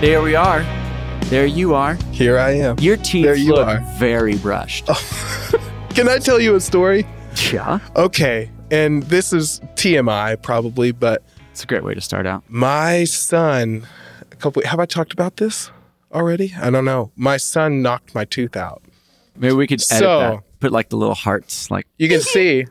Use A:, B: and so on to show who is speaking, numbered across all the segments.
A: There we are. There you are.
B: Here I am.
A: Your teeth
B: There you
A: look
B: are. Oh.
A: very brushed.
B: Can I tell you a story?
A: Yeah.
B: Okay, and this is TMI probably, but
A: It's a great way to start out.
B: my son, a couple. Have I talked about this already? I don't know. My son knocked my tooth out.
A: Maybe we could edit
B: So-
A: that. Put like the little hearts, like
B: You can see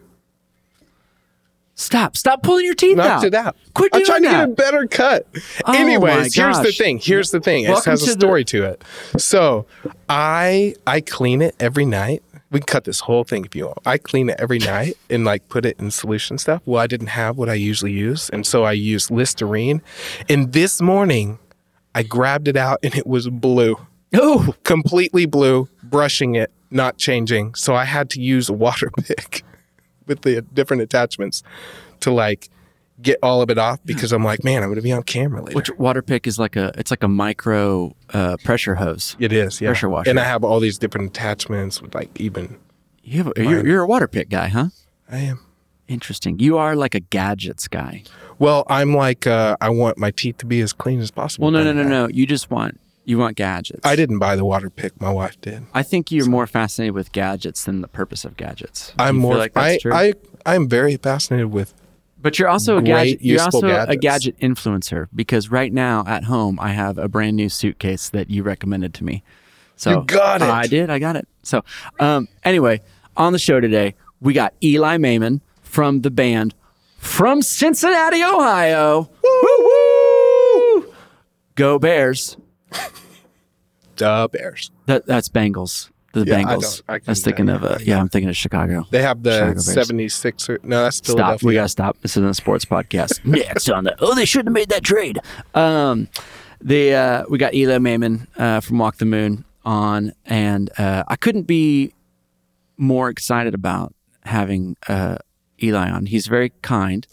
A: stop, stop pulling your teeth out.
B: knocked it out.
A: Quit
B: I'm
A: doing
B: trying to
A: that.
B: get a better cut.
A: Oh
B: Anyways,
A: my
B: here's the
A: gosh.
B: thing. Here's the thing. It
A: Welcome
B: has
A: to
B: a
A: the-
B: story to it. So I I clean it every night. We can cut this whole thing if you want. I clean it every night and like put it in solution stuff. Well, I didn't have what I usually use, and so I used Listerine. And this morning, I grabbed it out and it was blue
A: Oh,
B: completely blue, brushing it, not changing. So I had to use a water pick with the different attachments to like get all of it off because I'm like, man, I'm going to be on camera later.
A: which water pick is like a it's like a micro uh, pressure hose.
B: it is, yeah.
A: Pressure washer.
B: And I have all these different attachments with like even
A: You have, you're, you're a water pick guy, huh?
B: I am.
A: Interesting. You are like a gadgets guy.
B: Well, I'm like uh, I want my teeth to be as clean as
A: Well,
B: possible.
A: no, no, no, no. You just want you want gadgets.
B: I didn't buy the water pick, my wife did.
A: I think you're more fascinated with gadgets than the purpose of gadgets. Do
B: I'm
A: you feel
B: more
A: like that's
B: I
A: true?
B: I I'm very fascinated with
A: But you're also a
B: Great,
A: gadget. You're
B: useful
A: also a
B: gadgets.
A: gadget influencer because right now at home I have a brand new suitcase that you recommended to me. So
B: You got it.
A: I did. I got it. So um, anyway, on the show today we got Eli Maimon from the band from Cincinnati, Ohio. Woo woo! Go Bears.
B: uh, bears.
A: That that's Bengals. The
B: Yeah, I
A: Bengals.
B: don't- I
A: I,
B: can-
A: was thinking of a. Yeah, I'm thinking of Chicago.
B: They have
A: Chicago
B: the
A: Bears.
B: 76 er No, that's
A: Stop.
B: Philadelphia.
A: We gotta stop. This isn't a sports podcast. Next on the oh, they shouldn't have made that trade. Um, the uh, we got Eli Maimon uh, from Walk the Moon on, and uh, I couldn't be more excited about having uh, Eli on. He's very kind.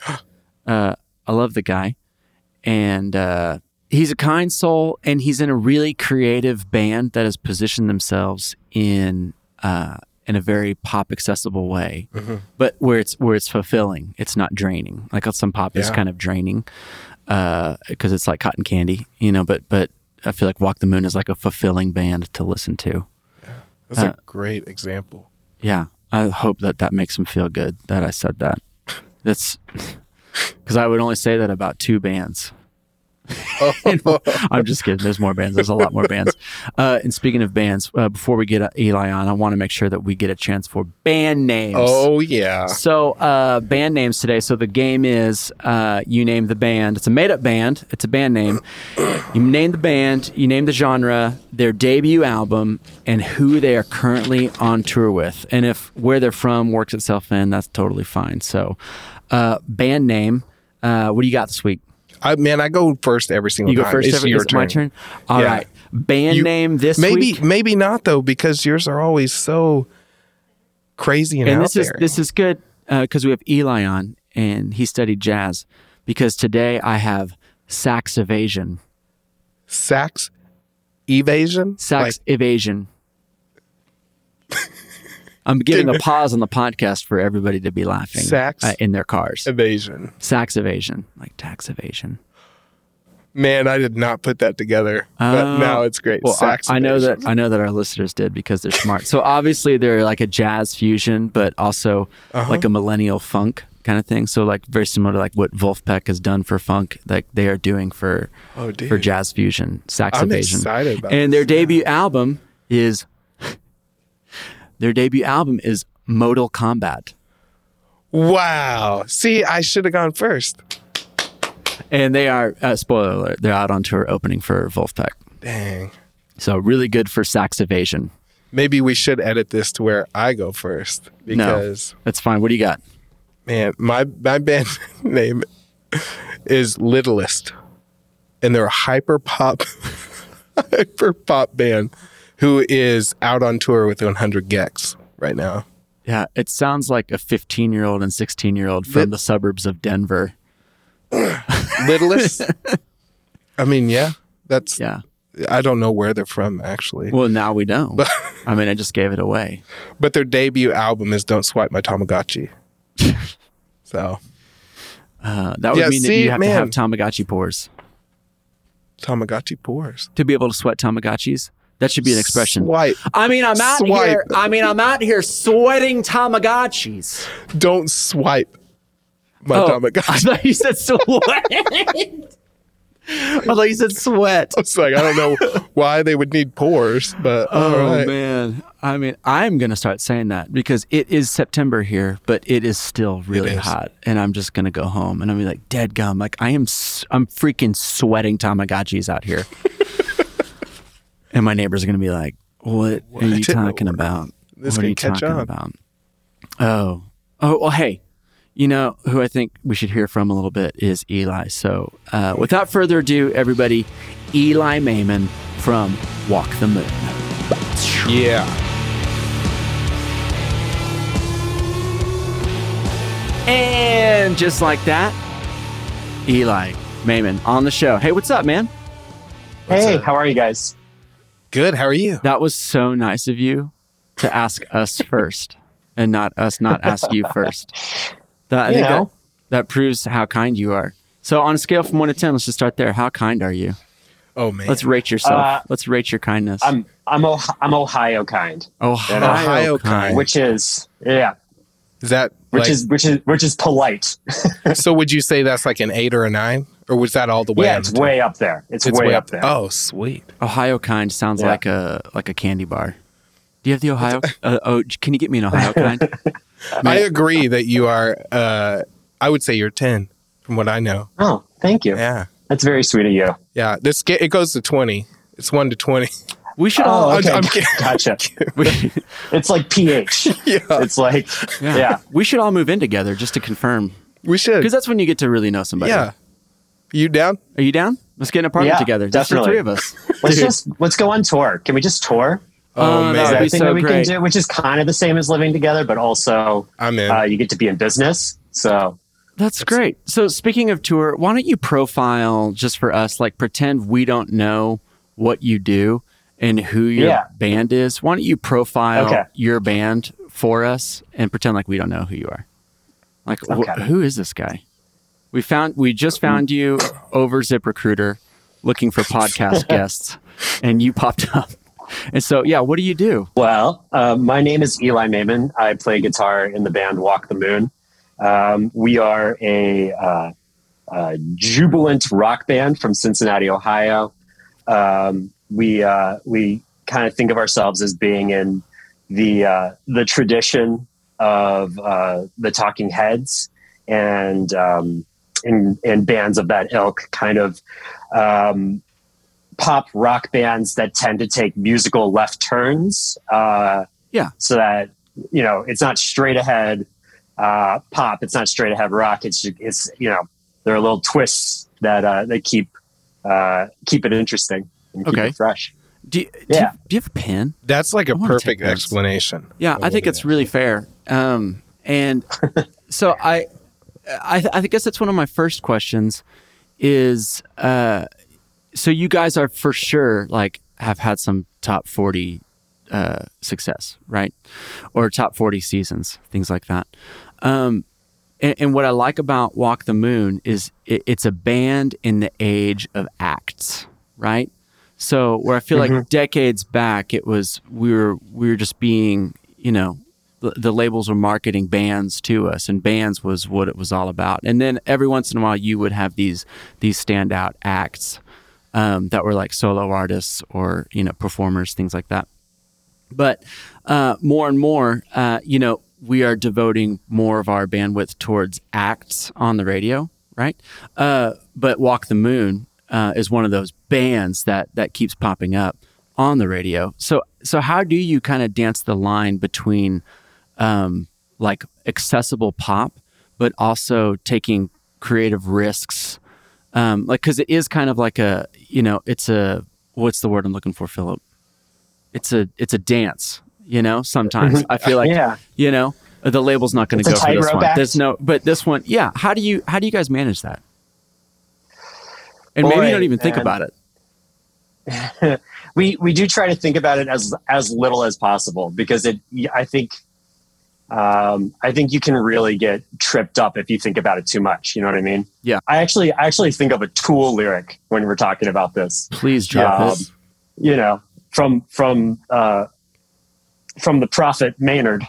A: Uh, I love the guy, and uh, he's a kind soul, and he's in a really creative band that has positioned themselves in uh, in a very pop accessible way, but where it's where it's fulfilling. It's not draining. Like uh, some pop is
B: Yeah.
A: kind of draining because it's like cotton candy, you know. But but I feel like Walk the Moon is like a fulfilling band to listen to.
B: That's a great example.
A: Yeah, I hope that that makes him feel good that I said that. That's because I would only say that about two bands. I'm just kidding. There's more bands. There's a lot more bands. Uh, and speaking of bands, uh, before we get uh, Eli on, I want to make sure that we get a chance for band names.
B: Oh yeah.
A: So, uh, band names today. So, the game is uh, you name the band. It's a made up band, it's a band name. You name the band, you name the genre, their debut album, and who they are currently on tour with. And if where they're from works itself in, that's totally fine. So, uh, band name, uh, what do you got this week?
B: I man, I go first every single
A: You go
B: time.
A: first.
B: It's
A: every,
B: your
A: is it my turn. All
B: Yeah.
A: right. Band
B: You-
A: name this
B: Maybe
A: week.
B: maybe not though, because yours are always so crazy and,
A: and
B: out
A: this is
B: there.
A: this is good because we have Eli on, and he studied jazz. Because today I have sax evasion,
B: sax evasion.
A: sax evasion. I'm giving a pause on the podcast for everybody to be laughing
B: Sax
A: uh, in their cars.
B: like evasion.
A: Sax evasion, like tax evasion.
B: Man, I did not put that together.
A: Oh.
B: but now it's great.
A: Well, I-
B: sax
A: I, know
B: evasion.
A: that I know that our listeners did because they're smart. so obviously they're like a jazz fusion, but also
B: Uh-huh.
A: like a millennial funk kind of thing. So like very similar to like what Wolfpack has done for funk, like they are doing for
B: Oh, dude.
A: for jazz fusion, sax
B: I'm
A: evasion.
B: excited about
A: and
B: this,
A: their debut album is their debut album is Modal Combat.
B: Wow. See, I should have gone first.
A: And they are uh, spoiler alert, they're out on tour opening for Wolfpack.
B: Dang.
A: So really good for sax evasion.
B: Maybe we should edit this to where I go first because
A: no. That's fine. What do you got?
B: Man, my my band name is Littlest, and they're a hyper pop, hyper pop band who is out on tour with 100 Gex right now.
A: Yeah, it sounds like a 15 year old and 16 year old from the suburbs of Denver.
B: Littlest. I mean, yeah, that's.
A: Yeah.
B: I don't know where they're from actually,
A: Well, now we know. I mean, I just gave it away.
B: but their debut album is "Don't Swipe My Tamagotchi." so
A: Uh, that would
B: Yeah,
A: mean Uh, that
B: see,
A: you have
B: man.
A: to have Tamagotchi pores.
B: Tamagotchi pores.
A: to be able to sweat Tamagotchis. That should be an expression.
B: Swipe.
A: I mean, I'm out
B: Swipe.
A: here. I mean, I'm out here sweating Tamagotchis.
B: Don't swipe my
A: Oh, I
B: Tamagotchi.
A: thought you said sweat. I thought you said sweat.
B: It's like I don't know why they would need pores, but all
A: Oh
B: right.
A: man! I mean, I'm gonna start saying that because it is September here, but it is still really
B: is.
A: hot, and I'm just gonna go home and I'm gonna be like, dead gum. Like I am, s- I'm freaking sweating Tamagotchis out here, and my neighbors are gonna be like, "What, are
B: in
A: you
B: the
A: talking
B: world?
A: about?
B: This
A: what are
B: could
A: you
B: catch
A: talking
B: on."
A: about?" Oh, oh, well, hey. You know who I think we should hear from a little bit is Eli. So, uh, without further ado, everybody, Eli Maimon from Walk the Moon.
B: Yeah.
A: And just like that, Eli Mayman on the show. Hey, what's up, man?
C: Hey, how are you guys?
B: Good. How are you?
A: That was so nice of you to ask us first and not us not ask you first. That, I
C: You
A: think that,
C: know.
A: that proves how kind you are. So, on a scale from one to 10, let's just start there. How kind are you?
B: Oh man.
A: Let's rate yourself.
C: Uh,
A: let's rate your kindness.
C: I'm I'm oh, I'm Ohio kind,
A: Ohio,
B: Ohio kind.
C: which is yeah,
B: Is that
C: which
B: like,
C: is which is which is polite.
B: so? Would you say that's like an eight or a nine, or was that all the way?
C: yeah,
B: on
C: it's
B: the top?
C: way up there. It's, way, up there.
B: Oh, sweet.
A: Ohio kind sounds
C: Yeah.
A: like a like a candy bar. Do you have the Ohio? uh, oh, can you get me an Ohio kind?
C: Uh,
B: I agree that you are. Uh, I would say you're ten, from what I know.
C: Oh, thank you.
B: Yeah,
C: That's very sweet of you.
B: yeah. This ge- it goes to twenty. It's one to twenty.
A: We should all.
C: Oh,
B: I'm-
C: okay,
B: I'm kidding. Oh.
C: gotcha.
A: we-
C: It's like pH.
B: Yeah,
C: It's like
A: Yeah.
C: yeah.
A: We should all move in together just to confirm.
B: we
A: Because
B: should.
A: that's when you get to really know somebody.
B: Yeah, you down?
A: Are you down? Let's get an apartment
C: Yeah,
A: together. Just
C: definitely.
A: the three of us.
C: Let's
A: Dude.
C: just let's go on tour. Can we just tour?
A: Oh,
C: Is
A: That'd
C: that
A: be
C: a thing
A: so
C: that we
A: great.
C: can do? Which is kind of the same as living together, but also
B: I'm in.
C: uh, you get to be in business. So
A: That's great. So speaking of tour, why don't you profile just for us, like pretend we don't know what you do and who your
C: Yeah.
A: band is. Why don't you profile
C: Okay.
A: your band for us and pretend like we don't know who you are? Like wh-
C: Okay. Mm.
A: who is this guy? We found we just found you over ZipRecruiter looking for podcast guests and you popped up. And so yeah, what do you do?
C: Well, uh, my name is Eli Maimon. I play guitar in the band Walk the Moon. Um, we are a, uh, uh jubilant rock band from Cincinnati, Ohio. Um, we uh, we kind of think of ourselves as being in the uh, the tradition of uh, the Talking Heads and um, and, and bands of that ilk, kind of um, pop rock bands that tend to take musical left turns. Uh,
A: Yeah.
C: So that you know, it's not straight ahead uh, pop. It's not straight ahead rock. It's it's you know, there are little twists that uh, that keep uh, keep it interesting and keep
A: Okay.
C: it fresh.
A: Do you,
C: Yeah.
A: do, you, do you have a pen?
B: That's like
A: I
B: a
A: wanna take
B: perfect
A: notes.
B: explanation.
A: Yeah, I think
B: what it
A: it's really fair. Um, and so I, I, th- I guess that's one of my first questions is, uh, so you guys are for sure like have had some top 40, uh, success, right? Or top 40 seasons, things like that. Um, and, and what I like about Walk the Moon is it, it's a band in the age of acts, right? So where I feel like decades back, it was we were we were just being, you know, the, the labels were marketing bands to us, and bands was what it was all about. And then every once in a while, you would have these these standout acts um, that were like solo artists or you know performers, things like that but uh, more and more, uh, you know, we are devoting more of our bandwidth towards acts on the radio, right? Uh, but Walk the Moon uh, is one of those bands that that keeps popping up on the radio. So, so how do you kind of dance the line between um, like accessible pop, but also taking creative risks? Um, like, because it is kind of like a, you know, it's a what's the word I'm looking for, Philip? it's a it's a dance you know sometimes i feel like
C: yeah.
A: you know the label's not going
C: It's
A: to
C: a
A: go for this
C: tightrope
A: one
C: act.
A: there's no but this one yeah how do you how do you guys manage that and maybe you
C: Boy,
A: don't even think
C: man.
A: about it
C: we we do try to think about it as as little as possible because it I think um, I think you can really get tripped up if you think about it too much. You know what I mean?
A: Yeah.
C: I actually, I actually think of a Tool lyric when we're talking about this.
A: Please drop
C: Um,
A: it.
C: You know, from from uh, from the prophet Maynard,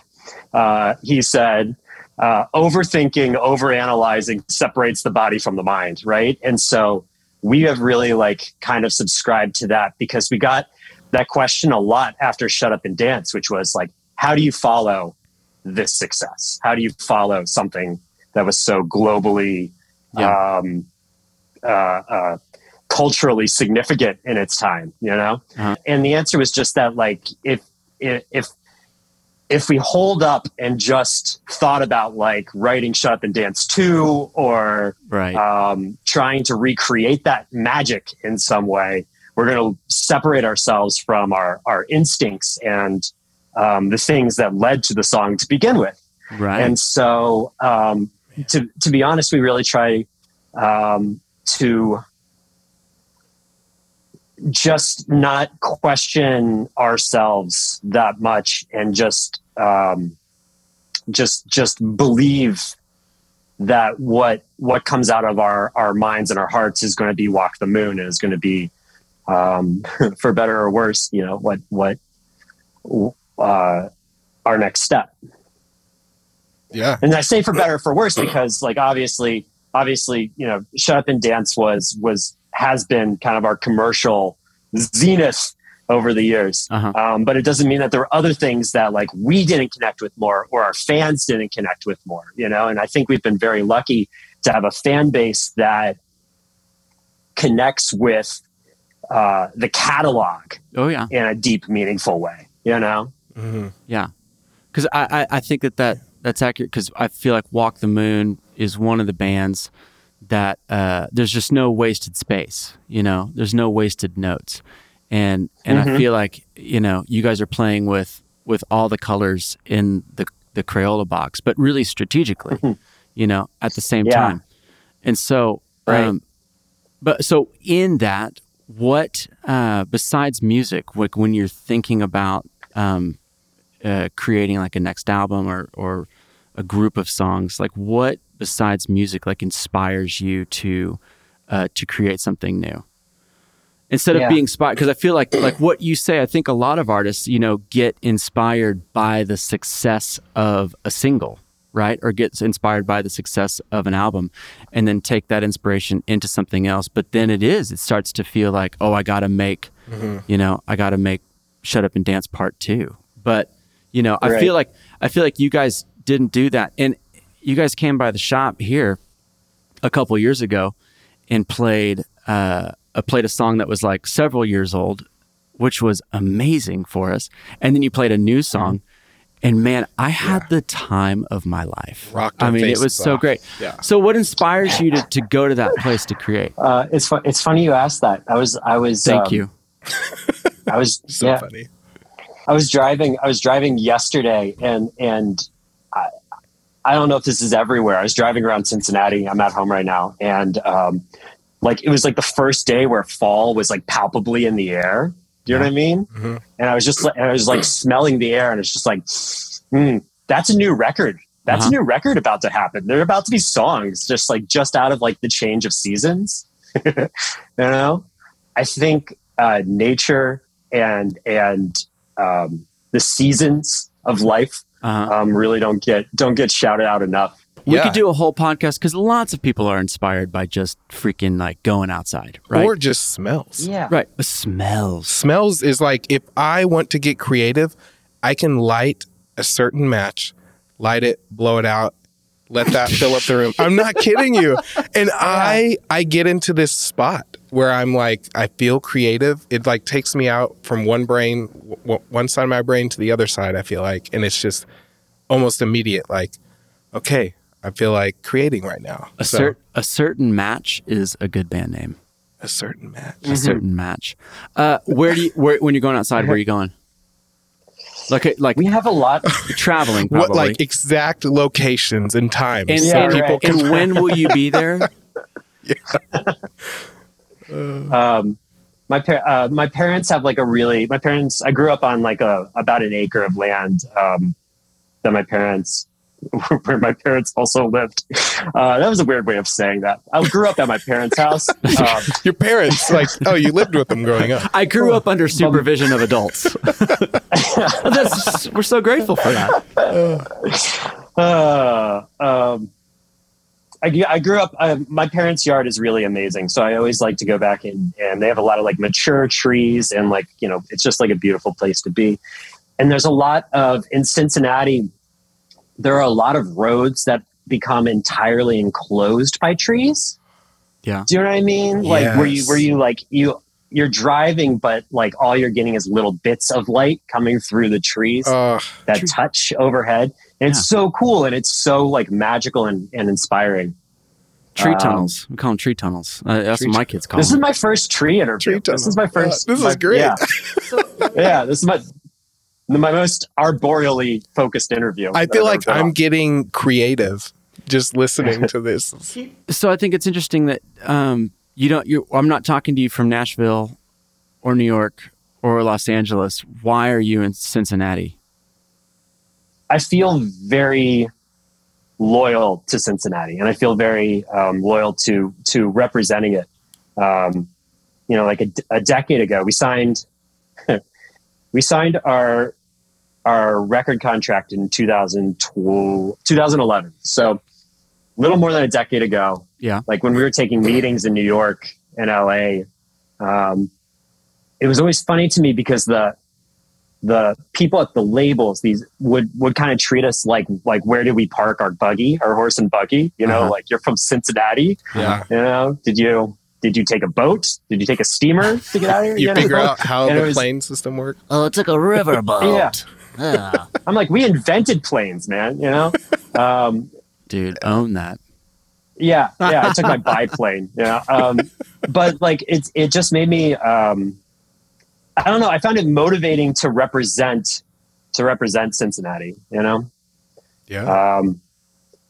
C: uh, he said, uh, "Overthinking, overanalyzing separates the body from the mind." Right, and so we have really like kind of subscribed to that because we got that question a lot after Shut Up and Dance, which was like, "How do you follow?" this success? How do you follow something that was so globally, um, uh, uh, culturally significant in its time? You know,
A: Uh-huh.
C: and the answer was just that. Like, if if if- if we hold up and just thought about like writing "Shut Up and Dance" two or
A: Right.
C: um, trying to recreate that magic in some way. We're going to separate ourselves from our, our instincts and um, the things that led to the song to begin with.
A: right.
C: And so, um, to, to be honest, we really try um, to just not question ourselves that much and just um, just just believe that what what comes out of our our minds and our hearts is going to be walk the moon and is going to be um, for better or worse you know what what uh, our next step
B: Yeah.
C: and I say for better or for worse because like obviously obviously you know shut up and dance was was has been kind of our commercial zenith over the years
A: Uh-huh.
C: um, but it doesn't mean that there were other things that like we didn't connect with more or our fans didn't connect with more you know and i think we've been very lucky to have a fan base that connects with uh, the catalog
A: oh yeah.
C: in a deep meaningful way you know
B: hmm
A: Yeah, because I, I I think that, that that's accurate because I feel like Walk the Moon is one of the bands that uh, there's just no wasted space. You know, there's no wasted notes, and and I
C: Mhm.
A: feel like you know you guys are playing with with all the colors in the the Crayola box, but really strategically, you know, at the same
C: Mm-hmm. Yeah.
A: time. And so,
C: Right.
A: um, but so in that, what uh, besides music, like when you're thinking about um, uh, creating like a next album or or a group of songs, like what besides music, like inspires you to uh, to create something new? Instead
C: Yeah.
A: of being inspired, because I feel like like what you say, I think a lot of artists, you know, get inspired by the success of a single, right, or gets inspired by the success of an album, and then take that inspiration into something else. But then it is, it starts to feel like, oh, I got to make you know, I got to make Shut Up and Dance Part Two. But you know, I
C: Right.
A: feel like I feel like you guys didn't do that, and you guys came by the shop here a couple years ago and played uh, uh, played a song that was like several years old, which was amazing for us. And then you played a new song, and man, I had the time of my life.
B: Rocked
A: I
B: our
A: mean, it
B: faces
A: was so
B: off.
A: great.
B: Yeah.
A: So, what inspires you to, to go to that place to create?
C: uh, it's fu- it's funny you asked that i was i was
A: Thank
C: um,
A: you.
C: i was
B: So
C: yeah,
B: funny.
C: I was driving. I was driving yesterday, and and I, I don't know if this is everywhere. I was driving around Cincinnati. I'm at home right now, and um, like it was like the first day where fall was like palpably in the air. Do you know what I mean?
B: Mhm.
C: And I was just like, and I was like smelling the air, and it's just like, mm, that's a new record. That's
A: Uh-huh.
C: a new record about to happen. There are about to be songs just like just out of like the change of seasons. you know, I think uh, nature and and um, the seasons of life
A: Uh,
C: um, really don't get don't get shouted out enough.
A: We
B: Yeah.
A: could do a whole podcast because lots of people are inspired by just freaking like going outside, right?
B: Or just smells.
C: Yeah,
A: right. The smells.
B: Smells is like if I want to get creative, I can light a certain match, light it, blow it out, let that fill up the room. I'm not kidding you. And I I get into this spot where I'm like I feel creative. It like takes me out from one brain w- w- one side of my brain to the other side, I feel like, and it's just almost immediate like okay, I feel like creating right now.
A: A,
B: So,
A: cer- a certain match is a good band name.
B: a certain match.
A: A certain match. Uh, where do you where when you're going outside? Where are you going? Like uh, like
C: we have a lot.
A: traveling probably.
B: What like exact locations and times
A: and,
B: so
C: Yeah,
A: and-
B: people
C: right.
B: can
A: and when will you be there?
C: Um, my par- uh, my parents have like a really my parents. I grew up on like a about an acre of land um, that my parents where my parents also lived. Uh, that was a weird way of saying that. I grew up at my parents' house. Um,
B: Your parents, like, oh, you lived with them growing up.
A: I grew up under supervision of adults. That's, we're so grateful for that.
C: uh, um, I, g- I grew up. Uh, my parents' yard is really amazing, so I always like to go back and, and they have a lot of like mature trees and like you know it's just like a beautiful place to be. And there's a lot of in Cincinnati, there are a lot of roads that become entirely enclosed by trees.
A: Yeah.
C: Do you know what I mean? Like where you
B: Yes.
C: where you like you you're driving, but like all you're getting is little bits of light coming through the trees
B: Uh,
C: that
A: True.
C: touch overhead. And it's so cool and it's so like magical and, and inspiring.
A: Tree
C: Um,
A: tunnels. We call them tree tunnels. Uh, that's
B: Tree
A: what my kids call
C: This is
A: them.
C: my first tree interview.
B: Oh Tree
C: this is my
B: tunnel.
C: first.
B: Uh, this is
C: my-
B: great.
C: Yeah, yeah, this is my my most arboreally focused interview.
B: I
C: that
B: feel
C: I've
B: like
C: ever been
B: I'm
C: on.
B: getting creative just listening to this.
A: so I think it's interesting that um, you don't. You, I'm not talking to you from Nashville, or New York, or Los Angeles. Why are you in Cincinnati?
C: I feel very loyal to Cincinnati, and I feel very um, loyal to to representing it. Um, you know, like a, d- a decade ago, we signed we signed our our record contract in 2012, 2011. So, a little more than a decade ago.
A: Yeah.
C: like when we were taking meetings in New York and LA, um, it was always funny to me because the the people at the labels these would would kind of treat us like like where did we park our buggy our horse and buggy you know
A: Uh-huh.
C: like you're from cincinnati
B: Yeah.
C: you know did you did you take a boat did you take a steamer to get out of here
B: You
C: know?
B: figure out how
C: And it
B: the
C: was-
B: plane system works.
A: Oh, it's like a riverboat. yeah.
C: i'm like we invented planes man you know um,
A: dude, own that.
C: Yeah, yeah. I took my biplane. Yeah, um, but like it's it just made me. Um, I don't know. I found it motivating to represent to represent Cincinnati. You know,
B: Yeah.
C: um,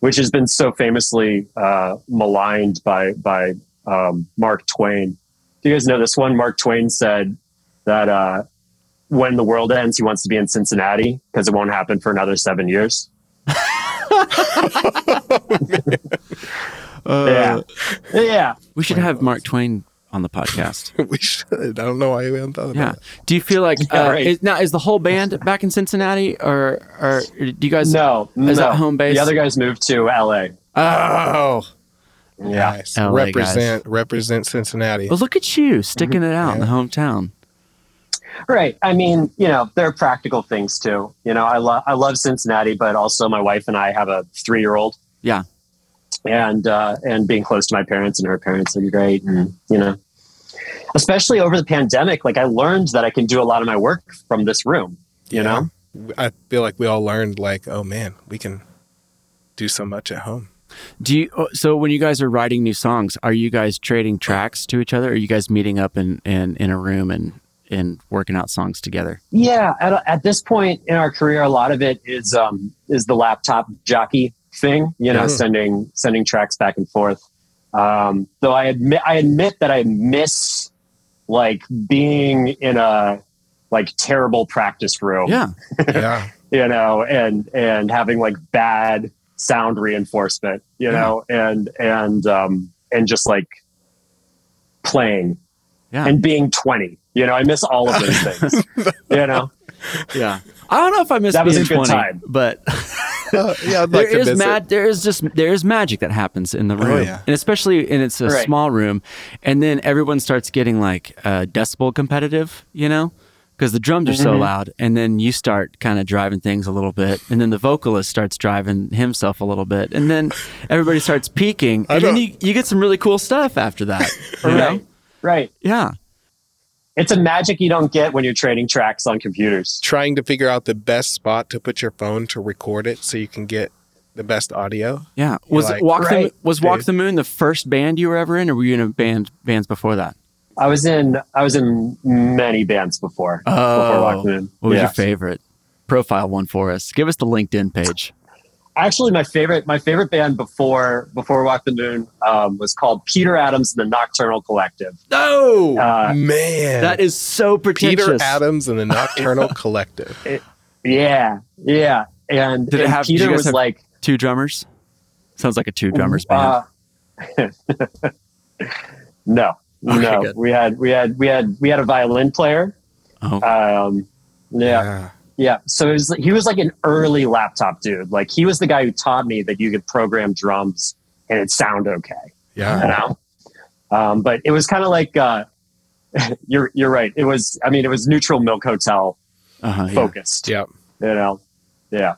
C: which has been so famously uh, maligned by by um, Mark Twain. Do you guys know this one? Mark Twain said that uh, when the world ends, he wants to be in Cincinnati because it won't happen for another seven years.
A: Uh,
B: Uh,
C: Yeah, yeah.
A: We should have Mark Twain on the podcast.
B: we should. I don't know why we haven't thought about
A: Yeah.
B: it.
A: Do you feel like
C: Yeah,
A: uh,
C: right.
A: is, now is the whole band back in Cincinnati, or or do you guys?
C: No,
A: is
C: no.
A: that home base?
C: The other guys moved to L.A.
A: Oh,
C: Yeah.
B: Nice.
A: LA guys.
B: represent represent Cincinnati.
A: well, look at you sticking
C: Mm-hmm.
A: it out in the hometown.
C: Right. I mean, you know, there are practical things too. You know, I love I love Cincinnati, but also my wife and I have a three year old.
A: Yeah.
C: And uh, and being close to my parents and her parents are great, and you know, especially over the pandemic, like I learned that I can do a lot of my work from this room. You know.
B: I feel like we all learned like, oh man, we can do so much at home.
A: Do you? oh, So when you guys are writing new songs, are you guys trading tracks to each other? Or are you guys meeting up in in, in a room and and working out songs together?
C: Yeah. At, at this point in our career, a lot of it is um, is the laptop jockey thing. You know,
A: Mm-hmm.
B: Mhm.
C: sending sending tracks back and forth. Um, though I admit, I admit that I miss like being in a like terrible practice room.
A: Yeah.
B: Yeah.
C: You know, and and having like bad sound reinforcement. You
A: Yeah.
C: know, and and um, and just like playing
A: Yeah.
C: and being twenty. You know, I miss all of those things. you know.
A: Yeah. I don't know if I missed
C: That was
A: being
C: a good
A: 20,
C: time.
A: but
B: Uh, yeah, I'd
A: there
B: like to
A: is
B: miss
A: mag-
B: it.
A: there is just there is magic that happens in the
B: Oh,
A: room,
B: yeah.
A: and especially and it's a
C: Right.
A: small room, and then everyone starts getting like uh, decibel competitive, you know, because the drums are so
B: Mm-hmm.
C: Mhm.
A: loud, and then you start kind of driving things a little bit, and then the vocalist starts driving himself a little bit, and then everybody starts peaking,
B: I
A: and then
B: don't-
A: you, you get some really cool stuff after that, you know?
C: Right. Right.
A: Yeah,
C: It's a magic you don't get when you're trading tracks on computers.
B: Trying to figure out the best spot to put your phone to record it so you can get the best audio.
A: yeah.
B: You're
A: Was
B: like,
A: Walk
C: right,
A: the, was Walk
B: dude.
A: the Moon the first band you were ever in, or were you in a band bands before that?
C: I was in I was in many bands before before
A: Oh.
C: Walk the Moon.
A: What was your
C: Yeah.
A: favorite? Profile one for us. Give us the LinkedIn page.
C: Actually, my favorite my favorite band before before Walk the Moon um, was called Peter Adams and the Nocturnal Collective.
A: No,
C: Uh,
B: man.
A: that is so pretentious.
B: Peter Adams and the Nocturnal Collective.
C: yeah, yeah. And,
A: Did it
C: and
A: have- did you
C: Peter
A: guys
C: was
A: have
C: like,
A: Two drummers. Sounds like a two drummers band.
C: Uh, no,
A: Okay,
C: no,
A: good.
C: we had we had we had we had a violin player.
A: oh,
C: Um, yeah, yeah. So it was, he was like an early laptop dude. Like he was the guy who taught me that you could program drums and it sound okay. You
B: Yeah.
C: know, um, but it was kind of like uh, you're you're right. It was I mean it was neutral milk hotel
A: uh-huh, yeah.
C: focused.
B: Yeah.
C: You know, yeah.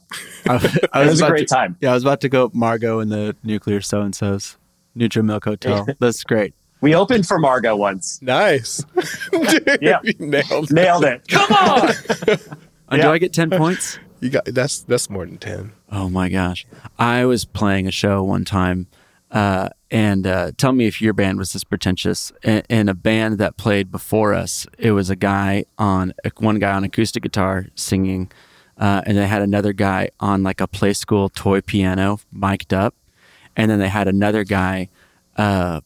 A: I, I
C: It was a
A: about
C: great
A: to-
C: time.
A: Yeah, I was about to go Margot and the Nuclear So and So's Nutra Milk Hotel. That's great.
C: We opened for Margo once.
B: Nice. Dude,
C: Yeah.
B: You nailed it.
C: Nailed it. Come on.
A: Uh, Do
C: Yeah.
A: I get ten points?
B: You got that's that's more than ten.
A: Oh my gosh! I was playing a show one time, uh, and uh, tell me if your band was this pretentious. In, in a band that played before us, it was a guy on one guy on acoustic guitar singing, uh, and they had another guy on like a play school toy piano, mic'd up, and then they had another guy. Uh,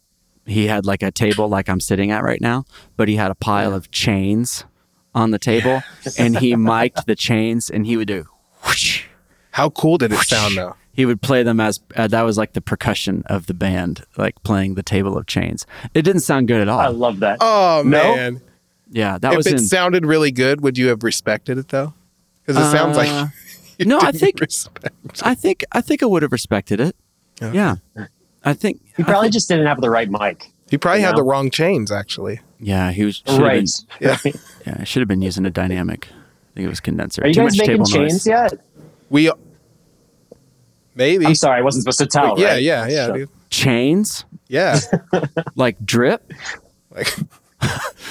A: he had like a table like I'm sitting at right now, but he had a pile of chains on the table, and he mic'd the chains, and he would do. Whoosh,
B: How cool did it sound though?
A: he would play them as uh, that was like the percussion of the band, like playing the Table of Chains. It didn't sound good at all.
C: I love that.
B: Oh
C: No.
B: man.
A: yeah, that
B: if
A: was
B: it
A: in.
B: sounded really good, would you have respected it though? Because it sounds like
A: Uh,
B: you
A: no, I
B: didn't
A: think-
B: respect.
A: I think I think I would have respected it.
B: Okay.
A: Yeah, I think.
C: He probably just didn't have the right mic.
B: You probably had
C: No.
B: the wrong chains actually.
A: Yeah, he was should have
C: Right.
B: Yeah.
A: Been, yeah, should have been using a dynamic. I think it was condenser.
C: Are you
A: Too
C: guys
A: much
C: making
A: table
C: chains
A: noise.
C: yet?
B: We maybe.
C: I'm sorry, I wasn't supposed to tell.
B: yeah,
C: right?
B: yeah, yeah,
C: Sure.
B: dude.
A: Chains
B: yeah.
A: like drip.
B: Like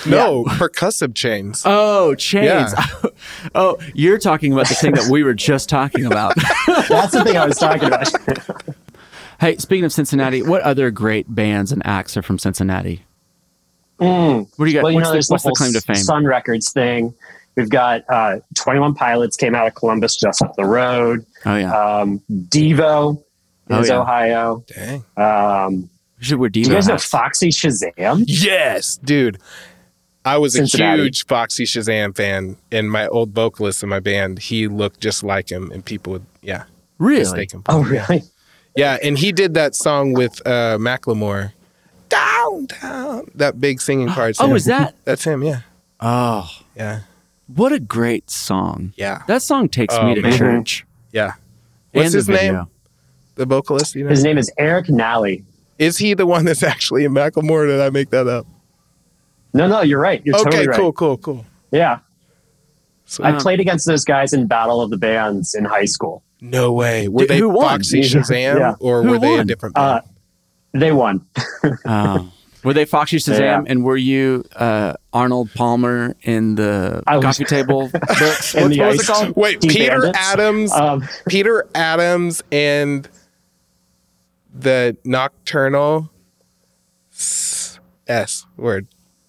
B: no percussive chains.
A: Oh, chains.
B: Yeah.
A: oh, you're talking about the thing that we were just talking about.
C: That's the thing I was talking about.
A: hey, speaking of Cincinnati, what other great bands and acts are from Cincinnati?
C: Mm.
A: What do you got?
C: Well, you
A: what's
C: know,
A: the,
C: there's
A: what's the
C: the whole
A: claim to fame?
C: Sun Records thing. We've got uh, 21 Pilots came out of Columbus just up the road.
A: oh yeah,
C: Um, Devo
A: Oh,
C: is
A: yeah.
C: Ohio.
B: Dang.
C: Um,
A: we should wear
C: do
A: Devo
C: you guys know
A: hats.
C: Foxy Shazam?
B: Yes, dude. I was
C: Cincinnati.
B: a huge Foxy Shazam fan, and my old vocalist in my band, he looked just like him, and people would, yeah,
A: Really?
B: mistaken.
C: Oh, really?
B: Yeah, and he did that song with uh, Macklemore, downtown. That big singing part.
A: Oh, is that?
B: That's him. Yeah,
A: Oh,
B: yeah,
A: what a great song!
B: yeah,
A: That song takes
B: Oh,
A: me to
B: man.
A: church.
B: yeah.
A: And
B: What's
A: the
B: his name?
A: video.
B: The vocalist. You know,
C: His name is Eric Nally.
B: is he the one that's actually in Macklemore? or Did I make that up?
C: No, no, you're right. You're
B: okay,
C: totally right.
B: cool, cool, cool.
C: Yeah.
B: So-
A: Um,
C: I played against those guys in Battle of the Bands in high school.
B: no way. Were
A: Dude,
B: they
A: who won?
B: Foxy
C: Yeah.
B: Shazam,
C: Yeah.
B: or
A: Who
B: were they
A: won?
B: a different? Band?
C: Uh, they won.
A: Oh. Were they Foxy Shazam
C: Yeah.
A: and were you uh, Arnold Palmer in the
C: I was-
A: coffee table books?
C: In
A: What-
C: the
A: what was it
C: ice.
A: called?
B: Wait,
C: Deep
B: Peter
C: Bandits?
B: Adams,
C: Um,
B: Peter Adams, and the Nocturnal S, S word,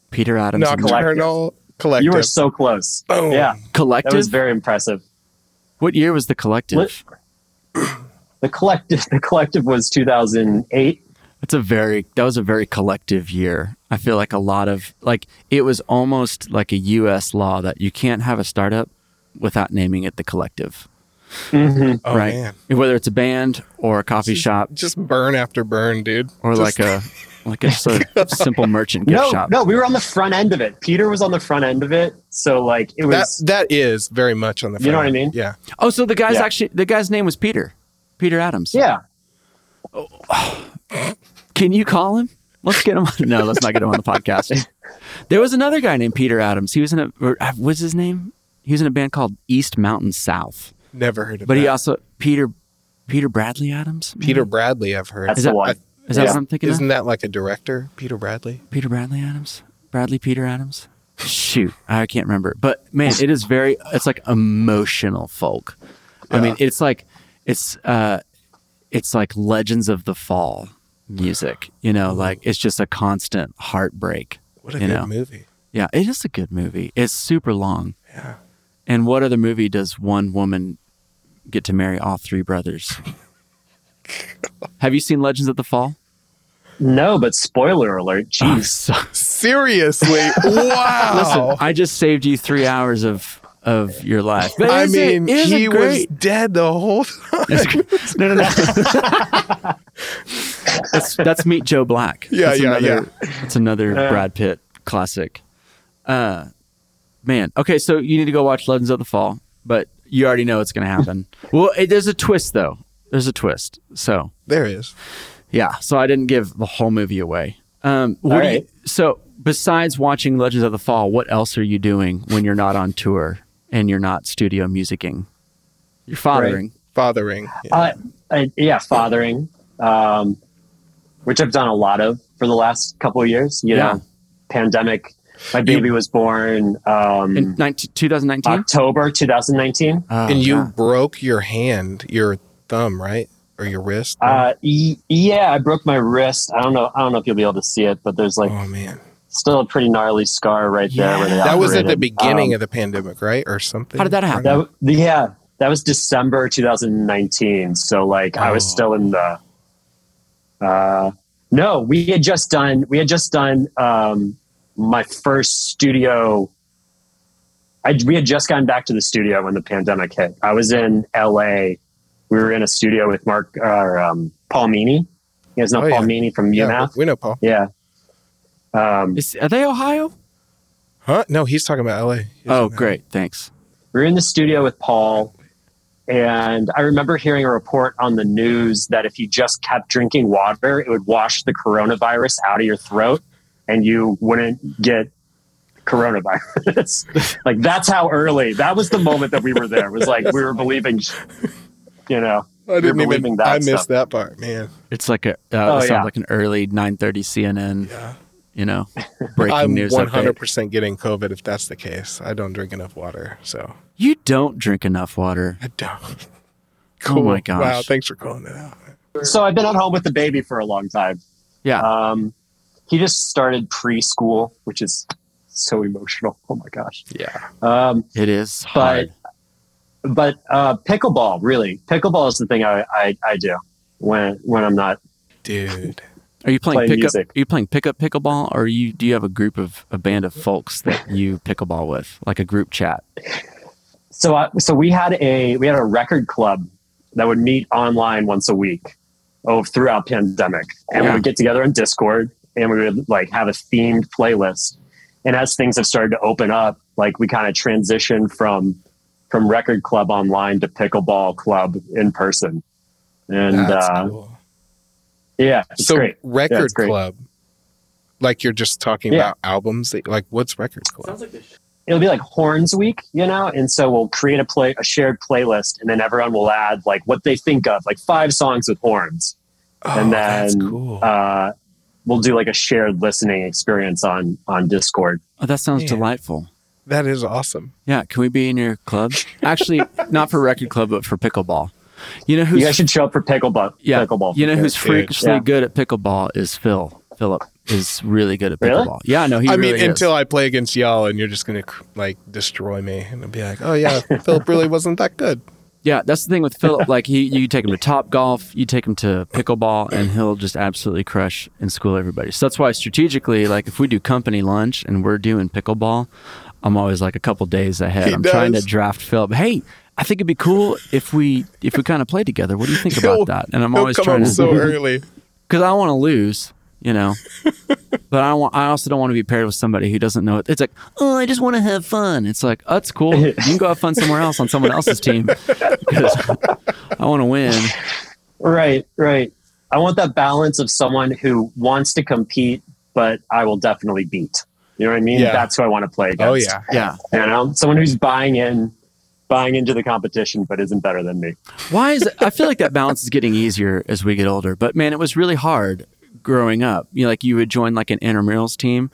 A: Peter Adams. and
C: Collective.
B: Nocturnal Collective.
C: you were so close.
B: Boom.
C: Yeah, that
A: collective.
C: was very impressive.
A: what year was the collective?
C: Lit- The collective, the collective was 2008.
A: That's a very that was a very collective year. I feel like a lot of like it was almost like a U.S. law that you can't have a startup without naming it the collective.
C: hmm
B: oh
A: right?
B: man,
A: Whether it's a band or a coffee shop
B: just burn after burn, dude.
A: or
B: Just-
A: like a like a just a simple merchant gift
C: No,
A: shop.
C: no, we were on the front end of it. Peter was on the front end of it, so like it
B: that
C: was.
B: that is very much on the.
C: You know
B: front
C: what I
B: end.
C: mean?
B: Yeah,
A: Oh, so the guy's
C: Yeah.
A: actually the guy's name was Peter, Peter Adams.
C: yeah,
A: Can you call him? Let's get him. On. No, let's not get him on the podcast. There was another guy named Peter Adams. He was in a or, uh, what's his name? He was in a band called East Mountain South.
B: never heard of.
A: But
B: that.
A: he also Peter Peter Bradley Adams. maybe?
B: Peter Bradley, I've heard.
C: that's
A: Is
C: the
A: that-
C: one.
A: Is that
C: yeah.
A: what I'm thinking
B: Isn't
A: of?
B: that like a director, Peter Bradley?
A: Peter Bradley Adams. Bradley Peter Adams. Shoot, I can't remember. But man, it is very. It's like emotional folk. I mean, it's like it's uh, it's like Legends of the Fall music. You know, like it's just a constant heartbreak.
B: What a
A: you
B: good
A: know?
B: movie.
A: Yeah, it is a good movie. It's super long.
B: Yeah.
A: And what other movie does one woman get to marry all three brothers? Have you seen Legends of the Fall?
C: No, but spoiler alert. Jeez,
A: so-
B: Seriously, wow.
A: I just saved you three hours of of your life. But
B: I
A: is it-
B: mean,
A: is it
B: he was
A: great?
B: dead the whole time.
A: no, no, no. that's that's meet Joe Black.
B: Yeah,
A: that's
B: yeah,
A: another, That's another Brad Pitt classic. Uh, man. Okay, so you need to go watch Legends of the Fall, but you already know it's going to happen. well, it, there's a twist though. There's a twist. So
B: There is.
A: yeah, so I didn't give the whole movie away. Um, what
C: All
A: do you-
C: right.
A: so besides watching Legends of the Fall, what else are you doing when you're not on tour and you're not studio musicking? You're fathering.
B: Fathering. Yeah.
C: Uh, I, yeah, fathering, um, which I've done a lot of for the last couple of years. You
A: Yeah.
C: know, pandemic. My baby was born um,
A: in 19, 2019
C: October 2019.
A: Oh,
B: and you broke your hand, your thumb, right? Or your wrist?
A: Oh.
C: Uh, y- yeah, I broke my wrist. I don't know. I don't know if you'll be able to see it, but there's like
B: oh, man.
C: still a pretty gnarly scar right there. Where they
B: That was at the
C: operated.
B: beginning
C: Um,
B: of the pandemic, right? Or something.
A: How did that happen?
C: that w- yeah, that was December 2019. So like I was
B: Oh.
C: still in the. Uh, no, we had just done. We had just done um, my first studio. I we had just gotten back to the studio when the pandemic hit. I was in L.A. We were in a studio with Mark or um, Paul Meany. You guys know
B: Oh, yeah.
C: Paul Meany from
B: Yeah,
C: UMass?
B: we know Paul.
C: Yeah. Um,
A: Is, are they Ohio?
B: Huh? No, he's talking about LA.
A: Oh,
B: Isn't that-
A: great. Thanks.
C: we were in the studio with Paul, and I remember hearing a report on the news that if you just kept drinking water, it would wash the coronavirus out of your throat, and you wouldn't get coronavirus. like that's how early. That was the moment that we were there. Was like we were believing, you know.
B: I didn't
C: You're
B: even.
C: believing that
B: I missed
C: stuff.
B: that part, man.
A: It's like a uh,
C: Oh,
A: it sounds
C: yeah.
A: like an early 9:30
C: Mm.
A: CNN,
B: Yeah.
A: you know, breaking
B: I'm
A: news
B: 100
A: 100
B: percent getting COVID if that's the case. I don't drink enough water, so
A: You don't drink enough water.
B: I don't.
A: Oh my gosh.
B: Wow, thanks for calling that out.
C: So I've been at home with the baby for a long time.
A: Yeah.
C: Um, he just started preschool, which is so emotional. Oh my gosh.
B: Yeah,
C: Um,
A: it is hard.
C: but uh, pickleball really pickleball is the thing I, I, I do when when I'm not
B: dude.
A: Are you playing
C: play
A: pickup?
C: music.
A: Are you playing pickup pickleball, or you do you have a group of a band of folks that you pickleball with, like a group chat?
C: so I, so we had a we had a record club that would meet online once a week oh throughout pandemic and
A: Yeah.
C: we would get together on discord and we would like have a themed playlist and as things have started to open up like we kind of transitioned from from record club online to pickleball club in person and
B: That's
C: uh,
B: cool.
C: yeah it's
B: So
C: great Yeah,
B: record
C: it's great.
B: club, like you're just talking
C: Yeah.
B: about albums. That, like what's record club?
C: it'll be like horns week you know and so we'll create a play a shared playlist and then everyone will add like what they think of like five songs with horns
B: Oh,
C: and
B: that's
C: then,
B: cool.
C: uh, we'll do like a shared listening experience on on discord
A: Oh, that sounds
B: Yeah.
A: delightful.
B: that is awesome.
A: Yeah, can we be in your club? Actually, not for record club, but for pickleball. You know who's
C: you guys should show up for pickleball
A: Yeah.
C: pickleball
A: You know who's
B: Dude.
A: freakishly
C: Yeah.
A: good at pickleball is Phil. Philip is really good at
C: Really?
A: pickleball. Yeah, no, he
B: I
A: really
B: mean,
A: is.
B: until I play against y'all, and you're just gonna cr- like destroy me, and I'll be like, oh yeah, Philip really wasn't that good.
A: yeah, that's the thing with Philip. Like he, you take him to top golf, you take him to pickleball, and he'll just absolutely crush and school everybody. So that's why strategically, like if we do company lunch and we're doing pickleball, I'm always like a couple days ahead.
B: He
A: I'm trying to
B: does.
A: draft Philip. Hey, I think it'd be cool if we if we kind of play together. What do you think
B: He'll-
A: about that? And I'm
B: He'll
A: always
B: come
A: trying
B: up
A: to
B: so early.
A: because I don't want to lose, you know. but I don't want. I also don't want to be paired with somebody who doesn't know it. It's like, oh, I just want to have fun. It's like, oh, that's cool. You can go have fun somewhere else on someone else's team. 'Cause I want to win.
C: right right i want that balance of someone who wants to compete but i will definitely beat you know what i mean
B: Yeah.
C: that's who i want to play against
B: Oh yeah,
A: Yeah.
C: you know someone who's buying in buying into the competition but isn't better than me
A: Why is it, I feel like that balance is getting easier as we get older, but man, it was really hard growing up. You know, like you would join like an intramurals team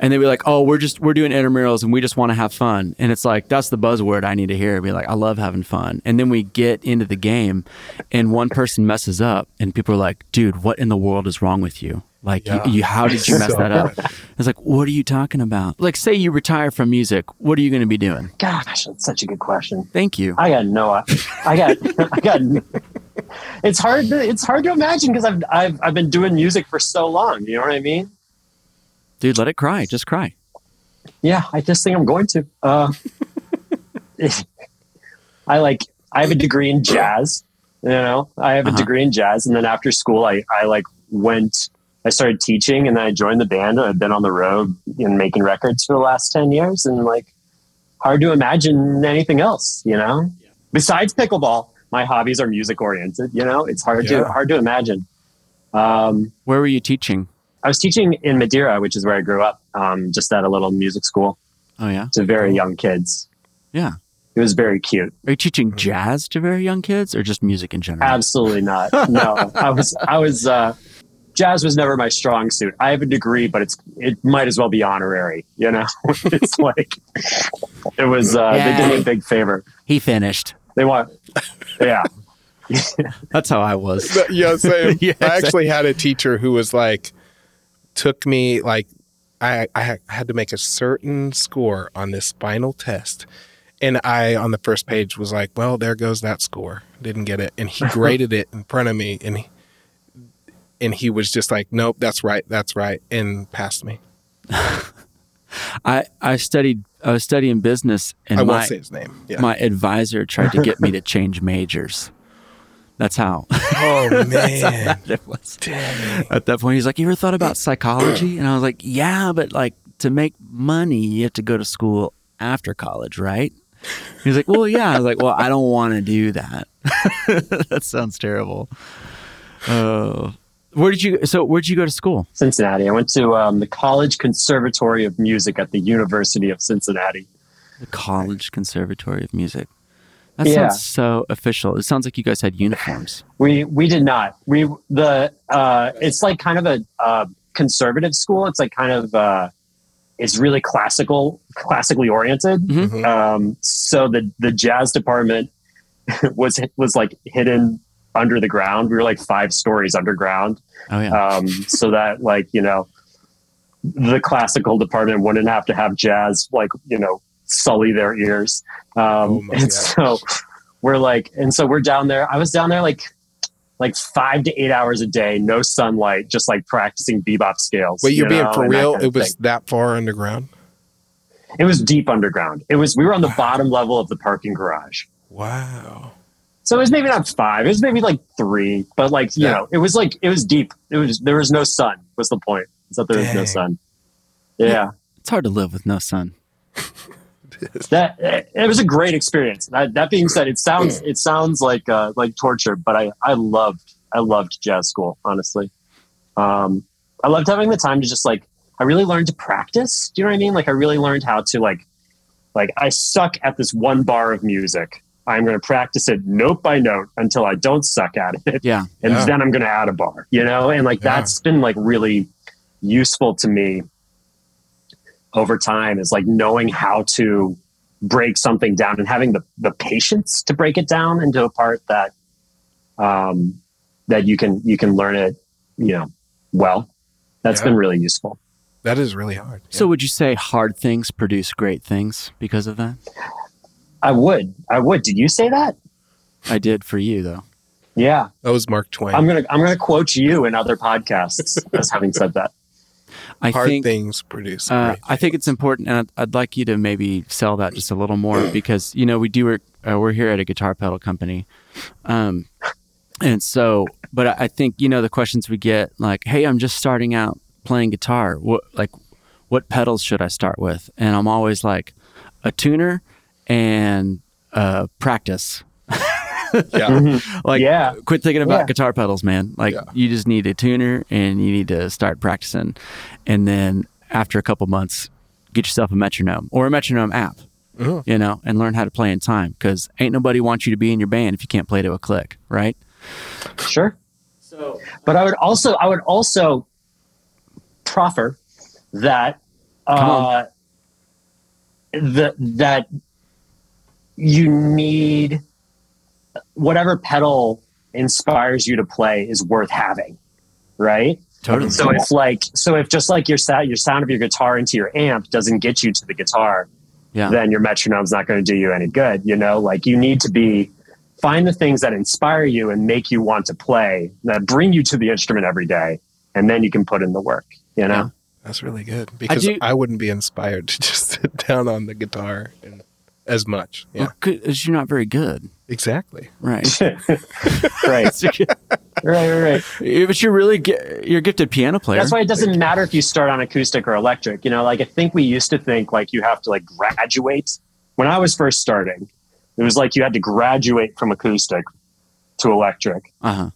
A: and they'd be like, Oh, we're just we're doing intramurals and we just want to have fun. And it's like that's the buzzword I need to hear. Be like, I love having fun. And then we get into the game and one person messes up and people are like, dude, what in the world is wrong with you? Like
B: Yeah.
A: you, you how did you mess
B: So
A: that up? It's like, what are you talking about? Like say you retire from music, what are you gonna be doing?
C: gosh that's such a good question
A: Thank you.
C: I got no. I I got. I got. It's hard. To, it's hard to imagine because I've I've I've been doing music for so long. You know what I mean?
A: Dude, let it cry. Just cry.
C: Yeah, I just think I'm going to. Uh, I like I have a degree in jazz. You know, I have a
A: Uh-huh.
C: degree in jazz, and then after school, I I like went. I started teaching, and then I joined the band. I've been on the road and making records for the last ten years, and like hard to imagine anything else. You know, besides pickleball, my hobbies are music oriented. You know, it's hard
B: Yeah.
C: to hard to imagine. Um,
A: Where were you teaching?
C: I was teaching in Madeira, which is where I grew up, um, just at a little music school
A: Oh yeah,
C: to very young kids.
A: yeah.
C: It was very cute.
A: Are you
B: Mm-hmm.
A: teaching jazz to very young kids, or just music in general?
C: Absolutely not. No, I was, I was, uh, jazz was never my strong suit. I have a degree, but it's, it might as well be honorary. You know, it's like, it was, uh, they did me a big favor.
A: he finished.
C: They want, yeah,
A: That's how I was.
B: But, yeah, same.
A: Yeah,
B: I actually had a teacher who was like, took me like, I I ha- had to make a certain score on this final test, and I on the first page was like, well, there goes that score. Didn't get it, and he graded it in front of me, and he, and he was just like, nope, that's right, that's right, and passed me.
A: I I studied. I was studying business, and
B: I
A: my
B: won't say his name. Yeah.
A: my advisor tried to get me to change majors. That's how
B: oh man,
A: it was.
B: damn it.
A: At that point, he's like, "You ever thought about psychology?" And I was like, "Yeah, but like to make money, you have to go to school after college, right?" He's like, "Well, yeah." I was like, "Well, I don't want to do that. that sounds terrible." Oh, where did you? So, where did you go to school?
C: Cincinnati. I went to, um, the College Conservatory of Music at the University of Cincinnati.
A: The College Conservatory of Music. That
C: Yeah.
A: sounds so official. It sounds like you guys had uniforms.
C: We, we did not, we, the, uh, it's like kind of a, uh, conservative school. It's like kind of, uh, it's really classical, classically oriented.
A: Mm-hmm.
B: Mhm.
C: Um, so the the jazz department was was like hidden under the ground. We were like five stories underground,
A: Oh yeah.
C: um, so that like you know the classical department wouldn't have to have jazz like you know sully their ears. Um,
B: Oh my
C: and
B: gosh.
C: so we're like, and so we're down there. I was down there like like five to eight hours a day, no sunlight, just like practicing bebop scales.
B: Wait, you're
C: you
B: being
C: know,
B: for
C: and that
B: real?
C: kind of
B: It was
C: thing.
B: that far underground?
C: it was deep underground. It was we were on the bottom level of the parking garage.
B: Wow.
C: So it was maybe not five. It was maybe like three, but like you
B: Yeah.
C: know, it was like it was deep. It was there was no sun. Was the point? Is that there was no
B: Dang.
C: sun? Yeah,
A: it's hard to live with no sun.
C: that it, it was a great experience. That, that being said, it sounds it sounds like uh, like torture, but I I loved I loved jazz school honestly. Um, I loved having the time to just like I really learned to practice. Do you know what I mean? Like I really learned how to like like I suck at this one bar of music. I'm going to practice it note by note until I don't suck at it.
A: Yeah.
C: and
B: Yeah.
C: then I'm going to add a bar, you know? And like
B: Yeah.
C: that's been like really useful to me over time is like knowing how to break something down and having the, the patience to break it down into a part that um that you can you can learn it, you know, well. That's
B: Yeah.
C: been really useful.
B: That is really hard.
A: So, would you say hard things produce great things because of that?
C: I would. I would. Did you say that?
A: I did for you though.
C: Yeah.
B: that was Mark Twain.
C: I'm gonna I'm gonna quote you in other podcasts as having said that.
A: I
B: hard
A: think
B: things produce.
A: uh,
B: great
A: I think it's important, and I'd, I'd like you to maybe sell that just a little more because you know we do. work- Uh, we're here at a guitar pedal company, um, and so. But I, I think you know the questions we get, like, "Hey, I'm just starting out playing guitar. What like, what pedals should I start with?" And I'm always like, a tuner and uh, practice.
B: yeah.
A: Like,
C: yeah.
A: quit thinking about
C: Yeah.
A: guitar pedals, man. Like
B: Yeah.
A: you just need a tuner and you need to start practicing. And then after a couple months, get yourself a metronome or a metronome app,
B: Mhm.
A: you know, and learn how to play in time because ain't nobody wants you to be in your band if you can't play to a click, right?
C: Sure. So, but I would also I would also proffer that
A: Come
C: uh, the that you need whatever pedal inspires you to play is worth having, right?
A: Totally.
C: So if like so if just like your sound your sound of your guitar into your amp doesn't get you to the guitar,
A: Yeah.
C: then your metronome's not going to do you any good. You know, like you need to be find the things that inspire you and make you want to play that bring you to the instrument every day, and then you can put in the work. You know,
B: That's really good because I,
A: do-
B: wouldn't be inspired to just sit down on the guitar and as much. Yeah,
A: Because you're not very good,
B: exactly.
A: right?
C: right, right, right, right.
A: Yeah, but you're really gi- you're a gifted piano player.
C: That's why it doesn't matter if you start on acoustic or electric. You know, like I think we used to think like you have to like graduate. When I was first starting, it was like you had to graduate from acoustic to electric.
A: Uh-huh.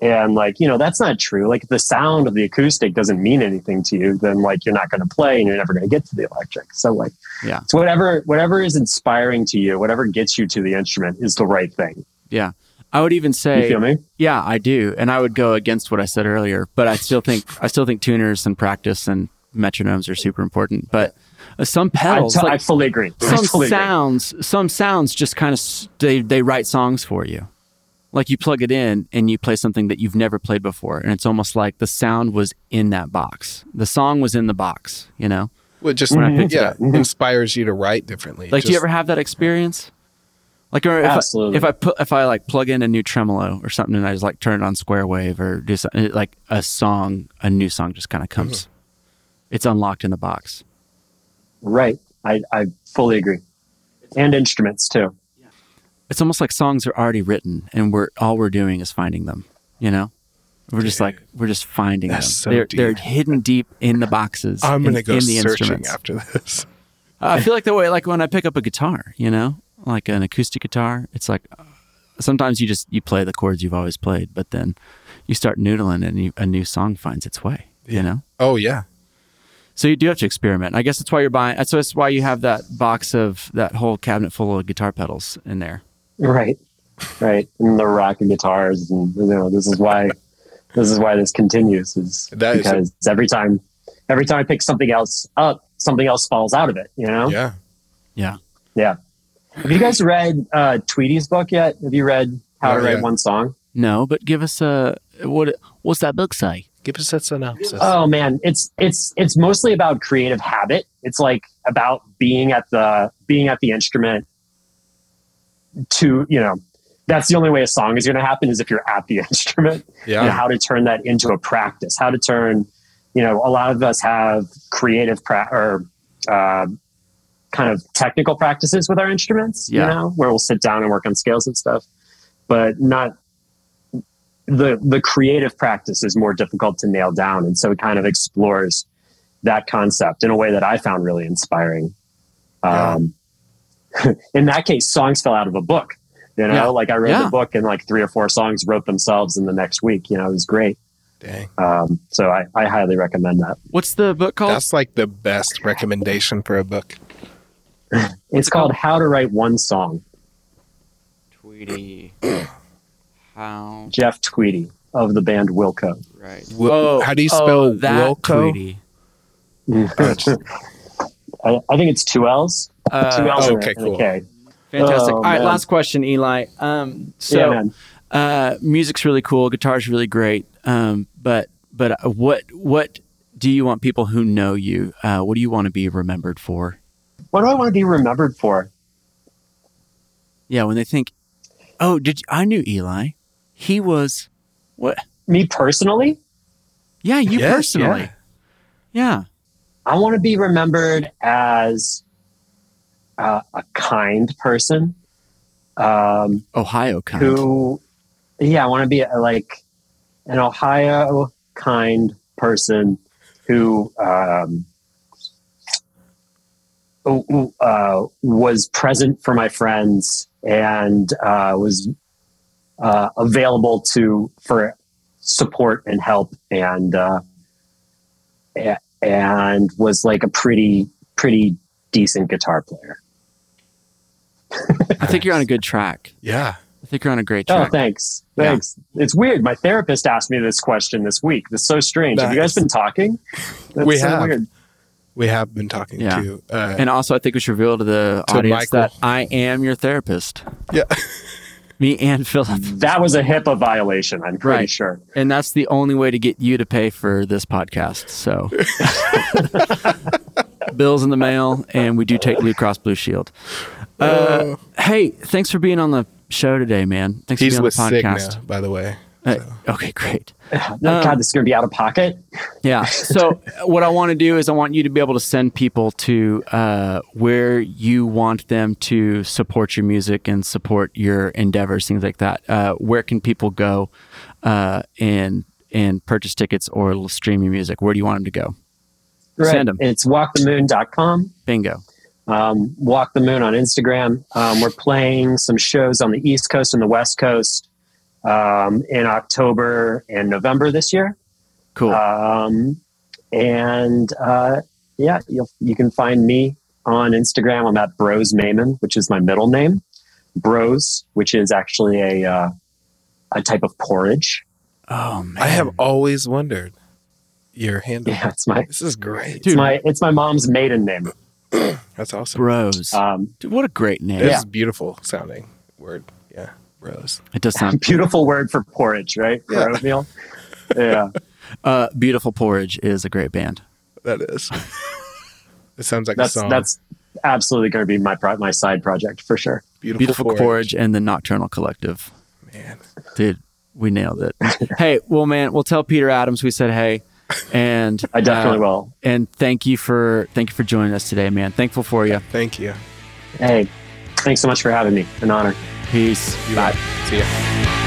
C: And like, you know, that's not true. Like if the sound of the acoustic doesn't mean anything to you, then like you're not going to play and you're never going to get to the electric. So like
A: Yeah.
C: it's whatever whatever is inspiring to you, whatever gets you to the instrument is the right thing.
A: I would even
C: You
A: say,
C: feel me?
A: yeah, I do, and I would go against what I said earlier. But I still think I still think tuners and practice and metronomes are super important. But uh, some
C: I
A: pedals,
C: t- I
A: like
C: fully agree. I
A: some
C: fully agree.
A: sounds, some sounds just kind of they they write songs for you. Like you plug it in and you play something that you've never played before, and it's almost like the sound was in that box. The song was in the box. You know,
B: Well, it just
A: When I picked it
B: yeah,
A: up.
B: inspires you to write differently.
A: like do you
B: Just-
A: ever have that experience? Like or if I-
C: Absolutely.
A: if I put if I like plug in a new tremolo or something and I just like turn it on square wave or do something like a song, a new song just kind of comes.
B: Mm-hmm.
A: It's unlocked in the box.
C: Right. I, I fully agree. And instruments too.
A: It's almost like songs are already written and we're all we're doing is finding them. You know, we're just like we're just finding them.
B: That's so
A: they're
B: deep.
A: they're hidden deep in the boxes.
B: I'm
A: in-
B: gonna go
A: in the
B: searching
A: instruments.
B: after this.
A: I feel like the way, like when I pick up a guitar, you know, like an acoustic guitar, it's like uh, sometimes you just you play the chords you've always played, but then you start noodling and you, a new song finds its way. You know,
B: Oh yeah,
A: so you do have to experiment. I guess that's why you're buying. That's, that's why you have that box of that whole cabinet full of guitar pedals in there.
C: Right. Right. And the rock and guitars and you know, this is why this is why this continues is
B: That is
C: because every time every time I pick something else up, something else falls out of it, you know?
B: yeah.
A: Yeah,
C: Have you guys read uh Tweety's book yet? Have you read How to
B: Not
C: Write
B: yet.
C: One Song?
A: no, but give us a what? What's that book say?
B: Give us that synopsis.
C: Oh man, it's it's it's mostly about creative habit. It's like about being at the being at the instrument to, you know, that's the only way a song is going to happen is if you're at the instrument.
B: yeah.
C: and how to turn that into a practice, how to turn, you know, a lot of us have creative pra- or uh, kind of technical practices with our instruments,
A: Yeah.
C: you know, where we'll sit down and work on scales and stuff, but not the the creative practice is more difficult to nail down, and so it kind of explores that concept in a way that I found really inspiring. Um, in that case, songs fell out of a book. You know,
A: Yeah.
C: like I wrote
A: Yeah.
C: the book and like three or four songs wrote themselves in the next week. You know, it was great.
B: Dang,
C: Um, so I, I highly recommend that.
A: What's the book called?
B: that's like the best recommendation for a book.
C: It's called How to Write One Song.
A: Tweety. How
C: Jeff Tweedy of the band Wilco.
A: right?
B: Wil- how do you spell
A: Oh, that
B: Wilco?
A: Tweety. Mm.
C: I, Uh, I think it's two L's.
A: Uh,
C: two L's
B: oh,
C: and a-
B: okay,
C: and a
B: cool.
C: K.
A: Fantastic.
C: Oh,
A: All right,
C: man.
A: last question, Eli. Um,
C: yeah,
A: so
C: man.
A: uh, music's really cool, guitar's really great, um, but but uh, what what do you want people who know you? Uh, what do you want to be remembered for?
C: What do I want to be remembered for?
A: Yeah, when they think, oh, did you, I knew Eli? He was what?
C: Me personally?
A: Yeah, you
B: Yes,
A: personally. Yeah.
C: I want to be remembered as uh, a kind person. Um,
A: Ohio kind.
C: who yeah i want to be a, like an ohio kind person who um who- who, uh, was present for my friends and uh, was uh, available to for support and help and uh, a- and was like a pretty pretty decent guitar player.
A: I think you're on a good track.
B: Yeah.
A: I think you're on a great
C: Oh,
A: track.
C: thanks.
A: Yeah.
C: Thanks. It's weird. My therapist asked me this question this week. This is so strange. Have you
B: Nice.
C: guys been talking? That's
B: We
C: so
B: have.
C: weird.
B: We have been talking
A: Yeah.
B: to. Uh,
A: and also, I think we should reveal to the
B: To
A: audience
B: Michael.
A: that I am your therapist.
B: yeah.
A: Me and Philip.
C: That was a HIPAA violation, I'm pretty
A: Right.
C: sure.
A: And that's the only way to get you to pay for this podcast. So, bills in the mail, and we do take Blue Cross Blue Shield. Uh, hey, thanks for being on the show today, man. Thanks
B: He's
A: for being
B: with
A: on the podcast.
B: Cigna, by the way.
A: Uh, okay, great.
C: No,
A: Um,
C: God, this is going to be out of pocket.
A: Yeah. So what I want to do is I want you to be able to send people to uh, where you want them to support your music and support your endeavors, things like that. Uh, where can people go uh, and and purchase tickets or stream your music? Where do you want them to go? Send 'em.
C: It's walkthemoon.com.
A: Bingo.
C: um, Walk the Moon on Instagram. Um, we're playing some shows on the East Coast and the West Coast um, in October and November this year.
A: Cool.
C: Um, and uh, yeah, you'll, you can find me on Instagram. I'm at Bros Maimon, which is my middle name. Bros, which is actually a uh, a type of porridge.
A: oh man.
B: I have always wondered your handle.
C: Yeah, it's my
B: This is great.
A: Dude.
C: it's my it's my mom's maiden name.
B: That's awesome.
A: bros.
C: Um,
A: Dude, what a great name.
B: This is beautiful sounding word. Yeah, bros.
A: It does sound
C: beautiful word for porridge, right? For
B: Yeah.
C: oatmeal. Yeah.
A: uh, beautiful. Porridge is a great band.
B: That is. it sounds like
C: that's
B: a song.
C: that's absolutely going to be my pro- my side project for sure.
A: Beautiful, porridge and the Nocturnal Collective.
B: Man,
A: Dude, we nailed it. hey, well, man, we'll tell Peter Adams we said hey, and
C: I definitely
A: uh,
C: will.
A: And thank you for thank you for joining us today, man. Thankful for you.
B: thank you.
C: Hey, thanks so much for having me. An honor.
A: Peace.
B: you Bye. See ya.